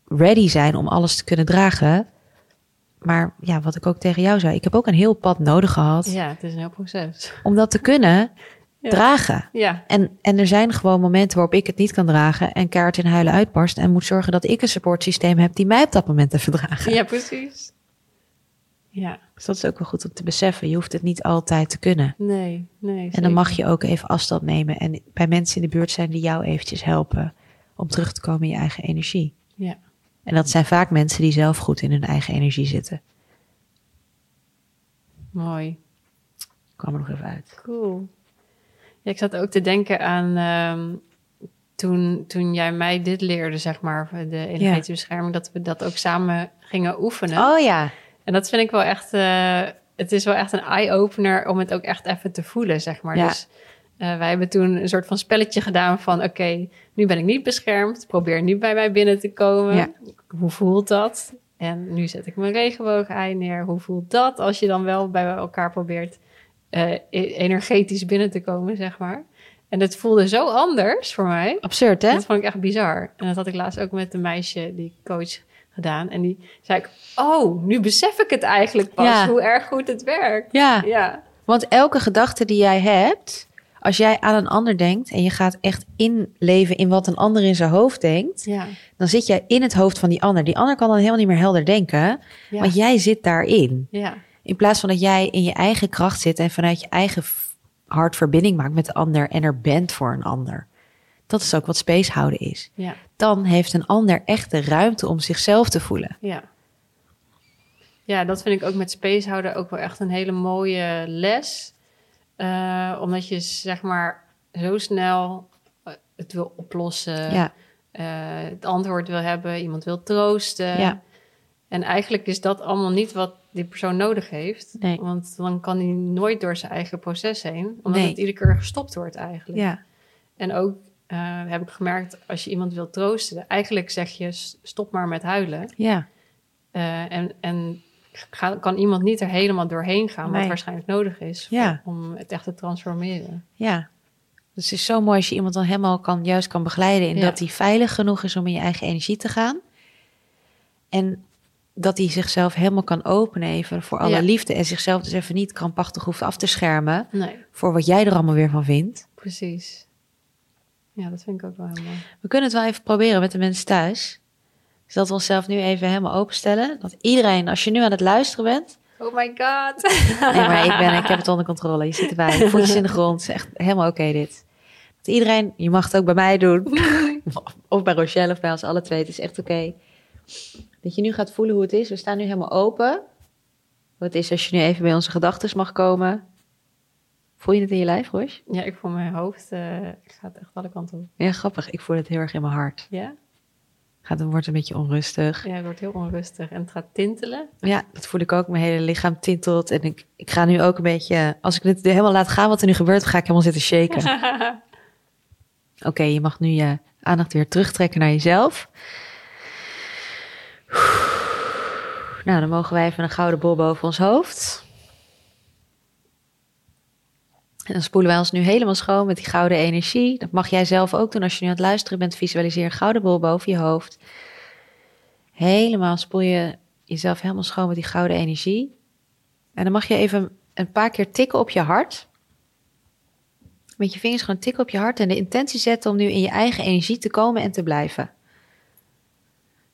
S1: ready zijn om alles te kunnen dragen. Maar ja, wat ik ook tegen jou zei. Ik heb ook een heel pad nodig gehad
S2: Ja, het is een heel proces.
S1: om dat te kunnen
S2: Ja.
S1: dragen.
S2: Ja.
S1: En, en er zijn gewoon momenten waarop ik het niet kan dragen en kaart in huilen uitbarst. En moet zorgen dat ik een supportsysteem heb die mij op dat moment even draagt.
S2: Ja, precies. Ja.
S1: Dus dat is ook wel goed om te beseffen. Je hoeft het niet altijd te kunnen.
S2: Nee, nee.
S1: En
S2: zeker.
S1: dan mag je ook even afstand nemen en bij mensen in de buurt zijn die jou eventjes helpen om terug te komen in je eigen energie.
S2: Ja.
S1: En dat zijn vaak mensen die zelf goed in hun eigen energie zitten.
S2: Mooi.
S1: Ik kwam er nog even uit.
S2: Cool. Ja, ik zat ook te denken aan ehm, toen, toen jij mij dit leerde, zeg maar, de energetische bescherming, dat we dat ook samen gingen oefenen.
S1: Oh ja.
S2: En dat vind ik wel echt, eh, het is wel echt een eye-opener om het ook echt even te voelen, zeg maar.
S1: Ja.
S2: Dus eh, wij hebben toen een soort van spelletje gedaan van, oké, nu ben ik niet beschermd, probeer nu bij mij binnen te komen.
S1: Ja.
S2: Hoe voelt dat? En nu zet ik mijn regenboog-ei neer. Hoe voelt dat als je dan wel bij elkaar probeert eh, e- energetisch binnen te komen, zeg maar. En het voelde zo anders voor mij.
S1: Absurd hè?
S2: Dat vond ik echt bizar. En dat had ik laatst ook met een meisje die ik coach gedaan. En die zei ik, oh, nu besef ik het eigenlijk pas
S1: Ja.
S2: hoe erg goed het werkt.
S1: Ja.
S2: Ja,
S1: Want elke gedachte die jij hebt, als jij aan een ander denkt en je gaat echt inleven in wat een ander in zijn hoofd denkt,
S2: ja,
S1: dan zit jij in het hoofd van die ander. Die ander kan dan helemaal niet meer helder denken,
S2: Ja.
S1: want jij zit daarin.
S2: ja,
S1: In plaats van dat jij in je eigen kracht zit en vanuit je eigen f- hart verbinding maakt met de ander en er bent voor een ander. Dat is ook wat space houden is.
S2: ja,
S1: Dan heeft een ander echt de ruimte om zichzelf te voelen.
S2: ja. Ja, dat vind ik ook met spacehouden ook wel echt een hele mooie les. Eh, omdat je zeg maar zo snel eh, het wil oplossen.
S1: ja,
S2: eh, het antwoord wil hebben, iemand wil troosten.
S1: Ja.
S2: En eigenlijk is dat allemaal niet wat die persoon nodig heeft.
S1: Nee.
S2: Want dan kan hij nooit door zijn eigen proces heen, omdat
S1: Nee.
S2: het iedere keer gestopt wordt eigenlijk.
S1: ja,
S2: En ook eh, heb ik gemerkt, als je iemand wil troosten, eigenlijk zeg je "S- stop maar met huilen.
S1: ja,
S2: Eh, en en ga- kan iemand niet er helemaal doorheen gaan, wat
S1: Nee.
S2: waarschijnlijk nodig is
S1: Ja.
S2: om het echt te transformeren.
S1: ja. Dus het is zo mooi als je iemand dan helemaal kan, juist kan begeleiden in
S2: Ja.
S1: dat hij veilig genoeg is om in je eigen energie te gaan. En dat hij zichzelf helemaal kan openen even voor alle
S2: Ja.
S1: liefde en zichzelf dus even niet krampachtig hoeft af te schermen
S2: Nee,
S1: voor wat jij er allemaal weer van vindt.
S2: precies. Ja, dat vind ik ook wel heel mooi.
S1: We kunnen het wel even proberen met de mensen thuis. Dus dat we onszelf nu even helemaal openstellen. Dat iedereen, als je nu aan het luisteren bent.
S2: Oh my god.
S1: Nee, maar ik, ben, ik heb het onder controle. Je zit erbij. Voetjes in de grond. Het is echt helemaal oké dit. Dat iedereen, je mag het ook bij mij doen. of bij Rochelle of bij ons alle twee. Het is echt oké. Dat je nu gaat voelen hoe het is. We staan nu helemaal open. Wat is als je nu even bij onze gedachten mag komen? Voel je het in je lijf, Roche?
S2: Ja, ik voel mijn hoofd eh gaat echt alle kanten op.
S1: Ja, grappig. Ik voel het heel erg in mijn hart.
S2: Ja?
S1: Gaat, het wordt een beetje onrustig.
S2: Ja, het wordt heel onrustig en het gaat tintelen.
S1: Ja, dat voel ik ook. Mijn hele lichaam tintelt. En ik, ik ga nu ook een beetje... Als ik dit helemaal laat gaan wat er nu gebeurt, ga ik helemaal zitten shaken. Oké, je mag nu je aandacht weer terugtrekken naar jezelf. Nou, dan mogen wij even een gouden bol boven ons hoofd. En dan spoelen wij ons nu helemaal schoon met die gouden energie. Dat mag jij zelf ook doen als je nu aan het luisteren bent. Visualiseer een gouden bol boven je hoofd. Helemaal spoel je jezelf helemaal schoon met die gouden energie. En dan mag je even een paar keer tikken op je hart. Met je vingers gewoon tikken op je hart en de intentie zetten om nu in je eigen energie te komen en te blijven.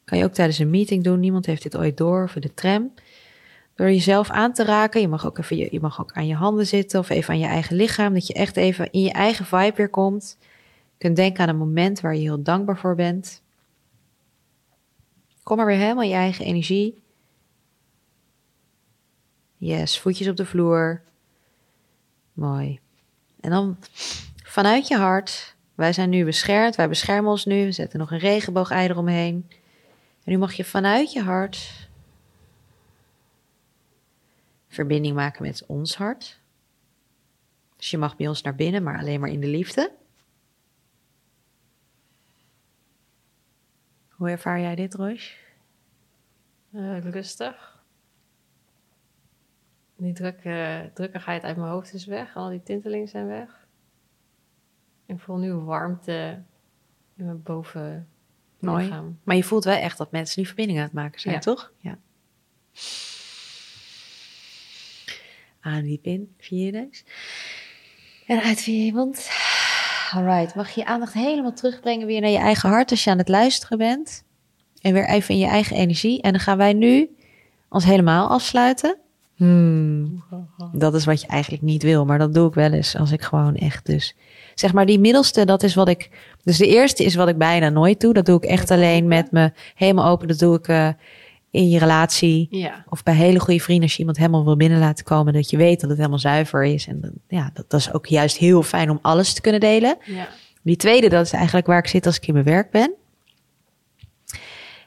S1: Kan je ook tijdens een meeting doen. Niemand heeft dit ooit door. Of in de tram. Door jezelf aan te raken. Je mag ook even je, je mag ook aan je handen zitten. Of even aan je eigen lichaam. Dat je echt even in je eigen vibe weer komt. Je kunt denken aan een moment waar je heel dankbaar voor bent. Kom maar weer helemaal in je eigen energie. Yes, voetjes op de vloer. Mooi. En dan vanuit je hart. Wij zijn nu beschermd. Wij beschermen ons nu. We zetten nog een regenboog-ei eromheen. En nu mag je vanuit je hart verbinding maken met ons hart. Dus je mag bij ons naar binnen, maar alleen maar in de liefde. Hoe ervaar jij dit, Roos?
S2: Eh, rustig. Die drukke, drukkigheid uit mijn hoofd is weg. Al die tintelingen zijn weg. Ik voel nu warmte in mijn boven
S1: Mooi.
S2: lichaam.
S1: Maar je voelt wel echt dat mensen nu verbinding aan het maken zijn,
S2: Ja.
S1: toch? Ja. Adem diep in via je neus. En uit via je mond. Alright, mag je je aandacht helemaal terugbrengen weer naar je eigen hart als je aan het luisteren bent. En weer even in je eigen energie. En dan gaan wij nu ons helemaal afsluiten. Hmm. Dat is wat je eigenlijk niet wil, maar dat doe ik wel eens als ik gewoon echt dus... Zeg maar die middelste, dat is wat ik... Dus de eerste is wat ik bijna nooit doe. Dat doe ik echt alleen met me helemaal open. Dat doe ik eh, in je relatie
S2: Ja,
S1: of bij hele goede vrienden. Als je iemand helemaal wil binnen laten komen, dat je weet dat het helemaal zuiver is. En dan- ja, dat, dat is ook juist heel fijn om alles te kunnen delen.
S2: ja.
S1: Die tweede, dat is eigenlijk waar ik zit als ik in mijn werk ben.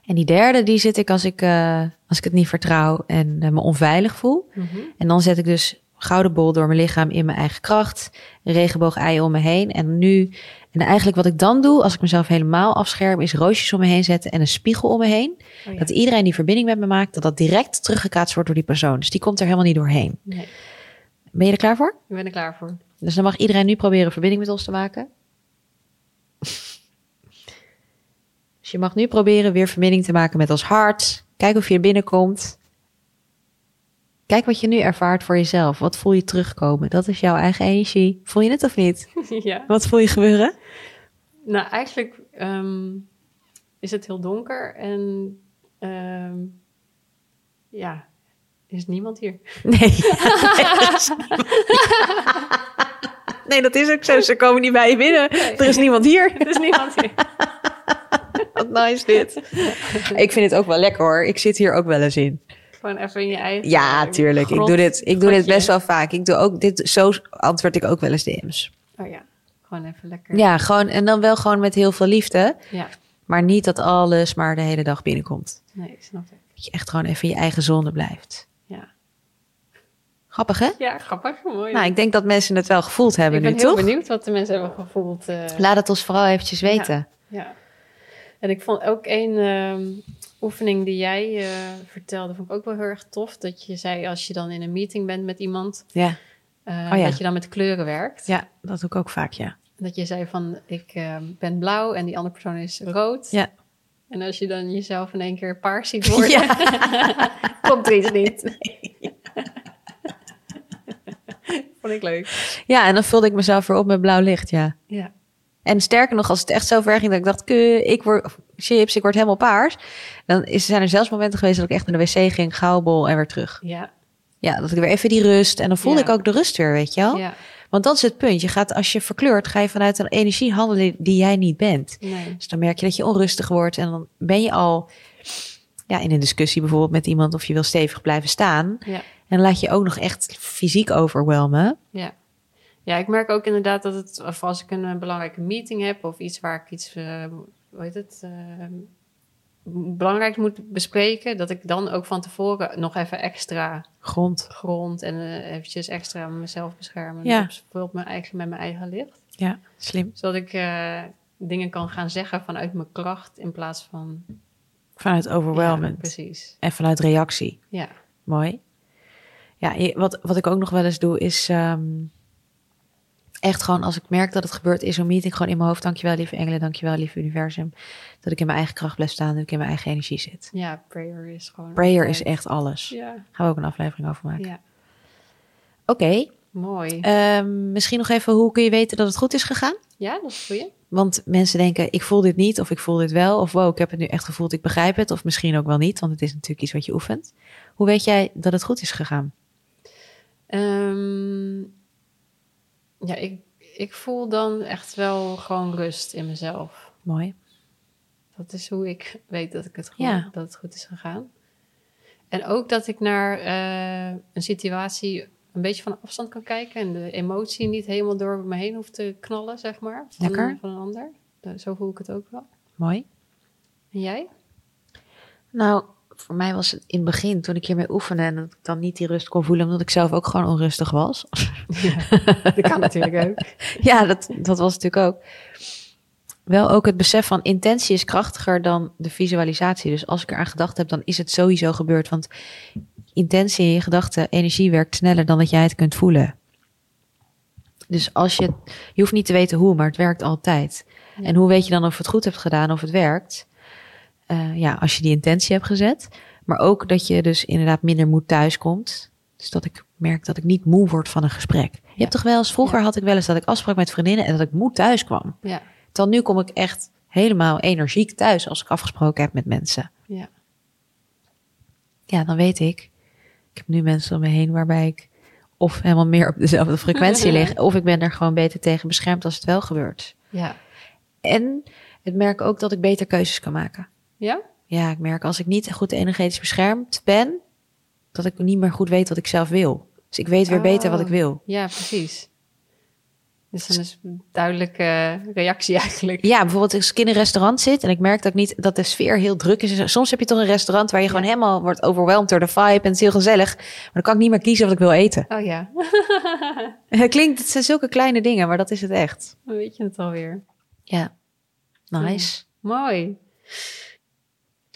S1: En die derde, die zit ik als ik, eh, als ik het niet vertrouw en eh, me onveilig voel.
S2: Mhm.
S1: En dan zet ik dus gouden bol door mijn lichaam in mijn eigen kracht. Een regenboog ei om me heen. En nu, en eigenlijk wat ik dan doe, als ik mezelf helemaal afscherm, is roosjes om me heen zetten en een spiegel om me heen.
S2: Oh ja.
S1: Dat iedereen die verbinding met me maakt, dat dat direct teruggekaatst wordt door die persoon. Dus die komt er helemaal niet doorheen.
S2: Nee,
S1: Ben je er klaar voor?
S2: ik ben er klaar voor.
S1: Dus dan mag iedereen nu proberen verbinding met ons te maken. Dus je mag nu proberen weer verbinding te maken met ons hart. Kijk of je er binnenkomt. Kijk wat je nu ervaart voor jezelf. Wat voel je terugkomen? Dat is jouw eigen energie. Voel je het of niet?
S2: ja.
S1: Wat voel je gebeuren?
S2: Nou, eigenlijk ehm, is het heel donker en ehm, ja, er is niemand hier.
S1: Nee. er is niemand. nee, dat is ook zo. Ze komen niet bij je binnen. Er is niemand hier.
S2: Er is niemand hier.
S1: Wat nice dit. Ik vind het ook wel lekker hoor. Ik zit hier ook wel eens in.
S2: Gewoon even in je eigen.
S1: Ja, tuurlijk. Ik
S2: grot.
S1: doe dit, ik doe dit
S2: gatje.
S1: best wel vaak. Ik doe ook dit, zo antwoord ik ook wel eens DM's.
S2: Oh ja, gewoon even lekker.
S1: Ja, gewoon, en dan wel gewoon met heel veel liefde.
S2: Ja.
S1: Maar niet dat alles maar de hele dag binnenkomt.
S2: Nee, ik snap het.
S1: Dat je echt gewoon even in je eigen zone blijft.
S2: Ja,
S1: Grappig, hè?
S2: ja grappig. Mooi.
S1: Nou, ik denk dat mensen het wel gevoeld hebben
S2: ik ben
S1: nu,
S2: heel
S1: toch?
S2: benieuwd wat de mensen hebben gevoeld. eh,
S1: Laat het ons vooral eventjes weten.
S2: Ja. En ik vond ook één ehm, oefening die jij eh, vertelde, vond ik ook wel heel erg tof. Dat je zei, als je dan in een meeting bent met iemand,
S1: Ja.
S2: eh,
S1: Oh ja.
S2: dat je dan met kleuren werkt.
S1: ja, dat doe ik ook vaak, ja.
S2: Dat je zei van, ik ehm, ben blauw en die andere persoon is rood.
S1: Ja.
S2: En als je dan jezelf in één keer paars ziet worden,
S1: Ja.
S2: komt er iets niet. vond ik leuk.
S1: Ja, en dan vulde ik mezelf weer op met blauw licht, ja.
S2: Ja.
S1: En sterker nog, als het echt zo ver ging dat ik dacht, "Kuh, ik word of, chips, ik word helemaal paars. Dan is, zijn er zelfs momenten geweest dat ik echt naar de wc ging, goudbol en weer terug.
S2: Ja.
S1: Ja, dat ik weer even die rust. En dan voelde
S2: Ja.
S1: ik ook de rust weer, weet je wel.
S2: ja.
S1: Want dat is het punt. Je gaat, als je verkleurt, ga je vanuit een energie handelen die jij niet bent.
S2: Nee.
S1: Dus dan merk je dat je onrustig wordt. En dan ben je al ja, in een discussie bijvoorbeeld met iemand of je wil stevig blijven staan.
S2: Ja.
S1: En dan laat je ook nog echt fysiek overwhelmen.
S2: Ja. ja, ik merk ook inderdaad dat het, ehm, of als ik een eh, belangrijke meeting heb of iets waar ik iets, eh, hoe heet het, eh, belangrijk moet bespreken, dat ik dan ook van tevoren nog even extra
S1: Grond.
S2: grond en eh, eventjes extra mezelf beschermen.
S1: Ja.
S2: Op, bijvoorbeeld mijn eigen, met mijn eigen licht.
S1: Ja, slim.
S2: Zodat ik eh, dingen kan gaan zeggen vanuit mijn kracht in plaats van...
S1: Vanuit
S2: Ja,
S1: overwhelming.
S2: precies.
S1: en vanuit reactie.
S2: Ja.
S1: Mooi. Ja, je- wat, wat ik ook nog wel eens doe is ehm, echt gewoon als ik merk dat het gebeurd is, een meeting gewoon in mijn hoofd. Dankjewel, lieve engelen, dankjewel, lieve universum. Dat ik in mijn eigen kracht blijf staan, dat ik in mijn eigen energie zit.
S2: ja, prayer is gewoon...
S1: Prayer is
S2: altijd-
S1: echt alles.
S2: Ja,
S1: Gaan we ook een aflevering over maken.
S2: ja.
S1: Oké,
S2: mooi.
S1: ehm, misschien nog even hoe kun je weten dat het goed is gegaan?
S2: ja, dat is goed. hè?
S1: Want mensen denken, ik voel dit niet of ik voel dit wel. Of wow, ik heb het nu echt gevoeld, ik begrijp het. Of misschien ook wel niet, want het is natuurlijk iets wat je oefent. Hoe weet jij dat het goed is gegaan?
S2: Ehm, ja, ik, ik voel dan echt wel gewoon rust in mezelf.
S1: Mooi.
S2: Dat is hoe ik weet dat, ik het goed,
S1: Ja.
S2: dat het goed is gegaan. En ook dat ik naar eh, een situatie een beetje van afstand kan kijken en de emotie niet helemaal door me heen hoeft te knallen, zeg maar. Van,
S1: Lekker.
S2: Van een ander. Da- Zo voel ik het ook wel.
S1: Mooi.
S2: En jij?
S1: Nou, voor mij was het in het begin, toen ik hiermee oefende en dat ik dan niet die rust kon voelen, omdat ik zelf ook gewoon onrustig was.
S2: Dat kan natuurlijk ook.
S1: ja, dat, dat was natuurlijk ook. Wel ook het besef van intentie is krachtiger dan de visualisatie. Dus als ik eraan gedacht heb, dan is het sowieso gebeurd. Want intentie in je gedachten, energie werkt sneller dan dat jij het kunt voelen. Dus als je, je hoeft niet te weten hoe, maar het werkt altijd.
S2: Ja.
S1: En hoe weet je dan of je het goed hebt gedaan, of het werkt? Eh, ja, als je die intentie hebt gezet. Maar ook dat je dus inderdaad minder moe thuis komt. Dus dat ik merk dat ik niet moe word van een gesprek. Je hebt toch wel eens, vroeger had ik wel eens dat ik afsprak met vriendinnen en dat ik moe thuis kwam.
S2: Ja,
S1: Terwijl nu kom ik echt helemaal energiek thuis als ik afgesproken heb met mensen.
S2: ja,
S1: Ja, dan weet ik. Ik heb nu mensen om me heen waarbij ik of helemaal meer op dezelfde frequentie lig. Of ik ben er gewoon beter tegen beschermd als het wel gebeurt.
S2: ja.
S1: En ik merk ook dat ik beter keuzes kan maken.
S2: Ja?
S1: Ja, ik merk als ik niet goed energetisch beschermd ben, dat ik niet meer goed weet wat ik zelf wil. Dus ik weet weer beter wat ik
S2: Oh.
S1: wil.
S2: Ja, precies. Dus dan is een duidelijke reactie eigenlijk.
S1: Ja, bijvoorbeeld als ik in een restaurant zit en ik merk dat, ik niet, dat de sfeer heel druk is. en zo. Soms heb je toch een restaurant waar je gewoon helemaal wordt overweldigd door de vibe en het is heel gezellig. Maar dan kan ik niet meer kiezen wat ik wil eten.
S2: Oh ja,
S1: Het klinkt, het zijn zulke kleine dingen, maar dat is het echt.
S2: dan weet je het alweer.
S1: Ja, nice.
S2: Mooi.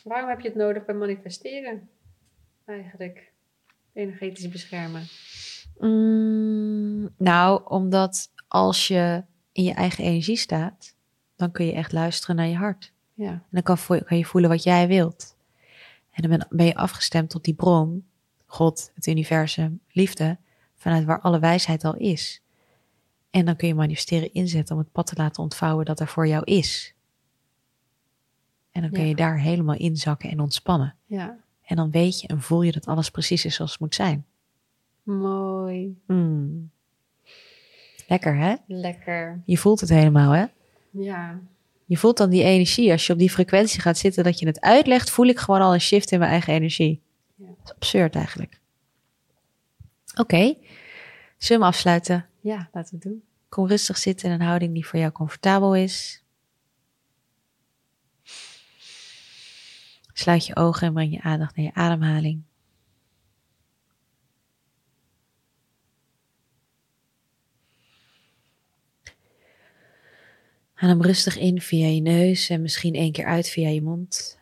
S2: Waarom heb je het nodig bij manifesteren? Eigenlijk energetisch beschermen.
S1: Mm, nou, omdat als je in je eigen energie staat, dan kun je echt luisteren naar je hart.
S2: Ja,
S1: En dan kan, voel- kan je voelen wat jij wilt. En dan ben, ben je afgestemd op die bron, God, het universum, liefde, vanuit waar alle wijsheid al is. En dan kun je manifesteren inzetten om het pad te laten ontvouwen dat er voor jou is. En dan kun
S2: Ja.
S1: je daar helemaal inzakken en ontspannen.
S2: ja.
S1: En dan weet je en voel je dat alles precies is zoals het moet zijn.
S2: Mooi.
S1: Mm. Lekker hè?
S2: Lekker.
S1: Je voelt het helemaal hè?
S2: Ja,
S1: Je voelt dan die energie. Als je op die frequentie gaat zitten dat je het uitlegt, voel ik gewoon al een shift in mijn eigen energie.
S2: Ja.
S1: Dat is absurd eigenlijk. Oké, zullen we hem afsluiten?
S2: ja, laten we het doen.
S1: Kom rustig zitten in een houding die voor jou comfortabel is. Sluit je ogen en breng je aandacht naar je ademhaling. Adem hem rustig in via je neus en misschien één keer uit via je mond.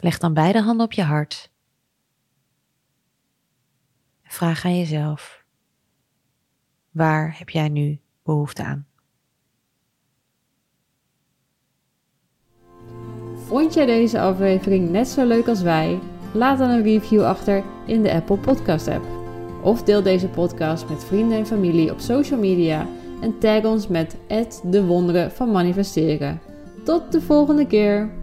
S1: Leg dan beide handen op je hart. En Vraag aan jezelf: waar heb jij nu behoefte aan?
S2: Vond jij deze aflevering net zo leuk als wij? Laat dan een review achter in de Apple Podcast app. Of deel deze podcast met vrienden en familie op social media en tag ons met @de wonderen van manifesteren. Tot de volgende keer.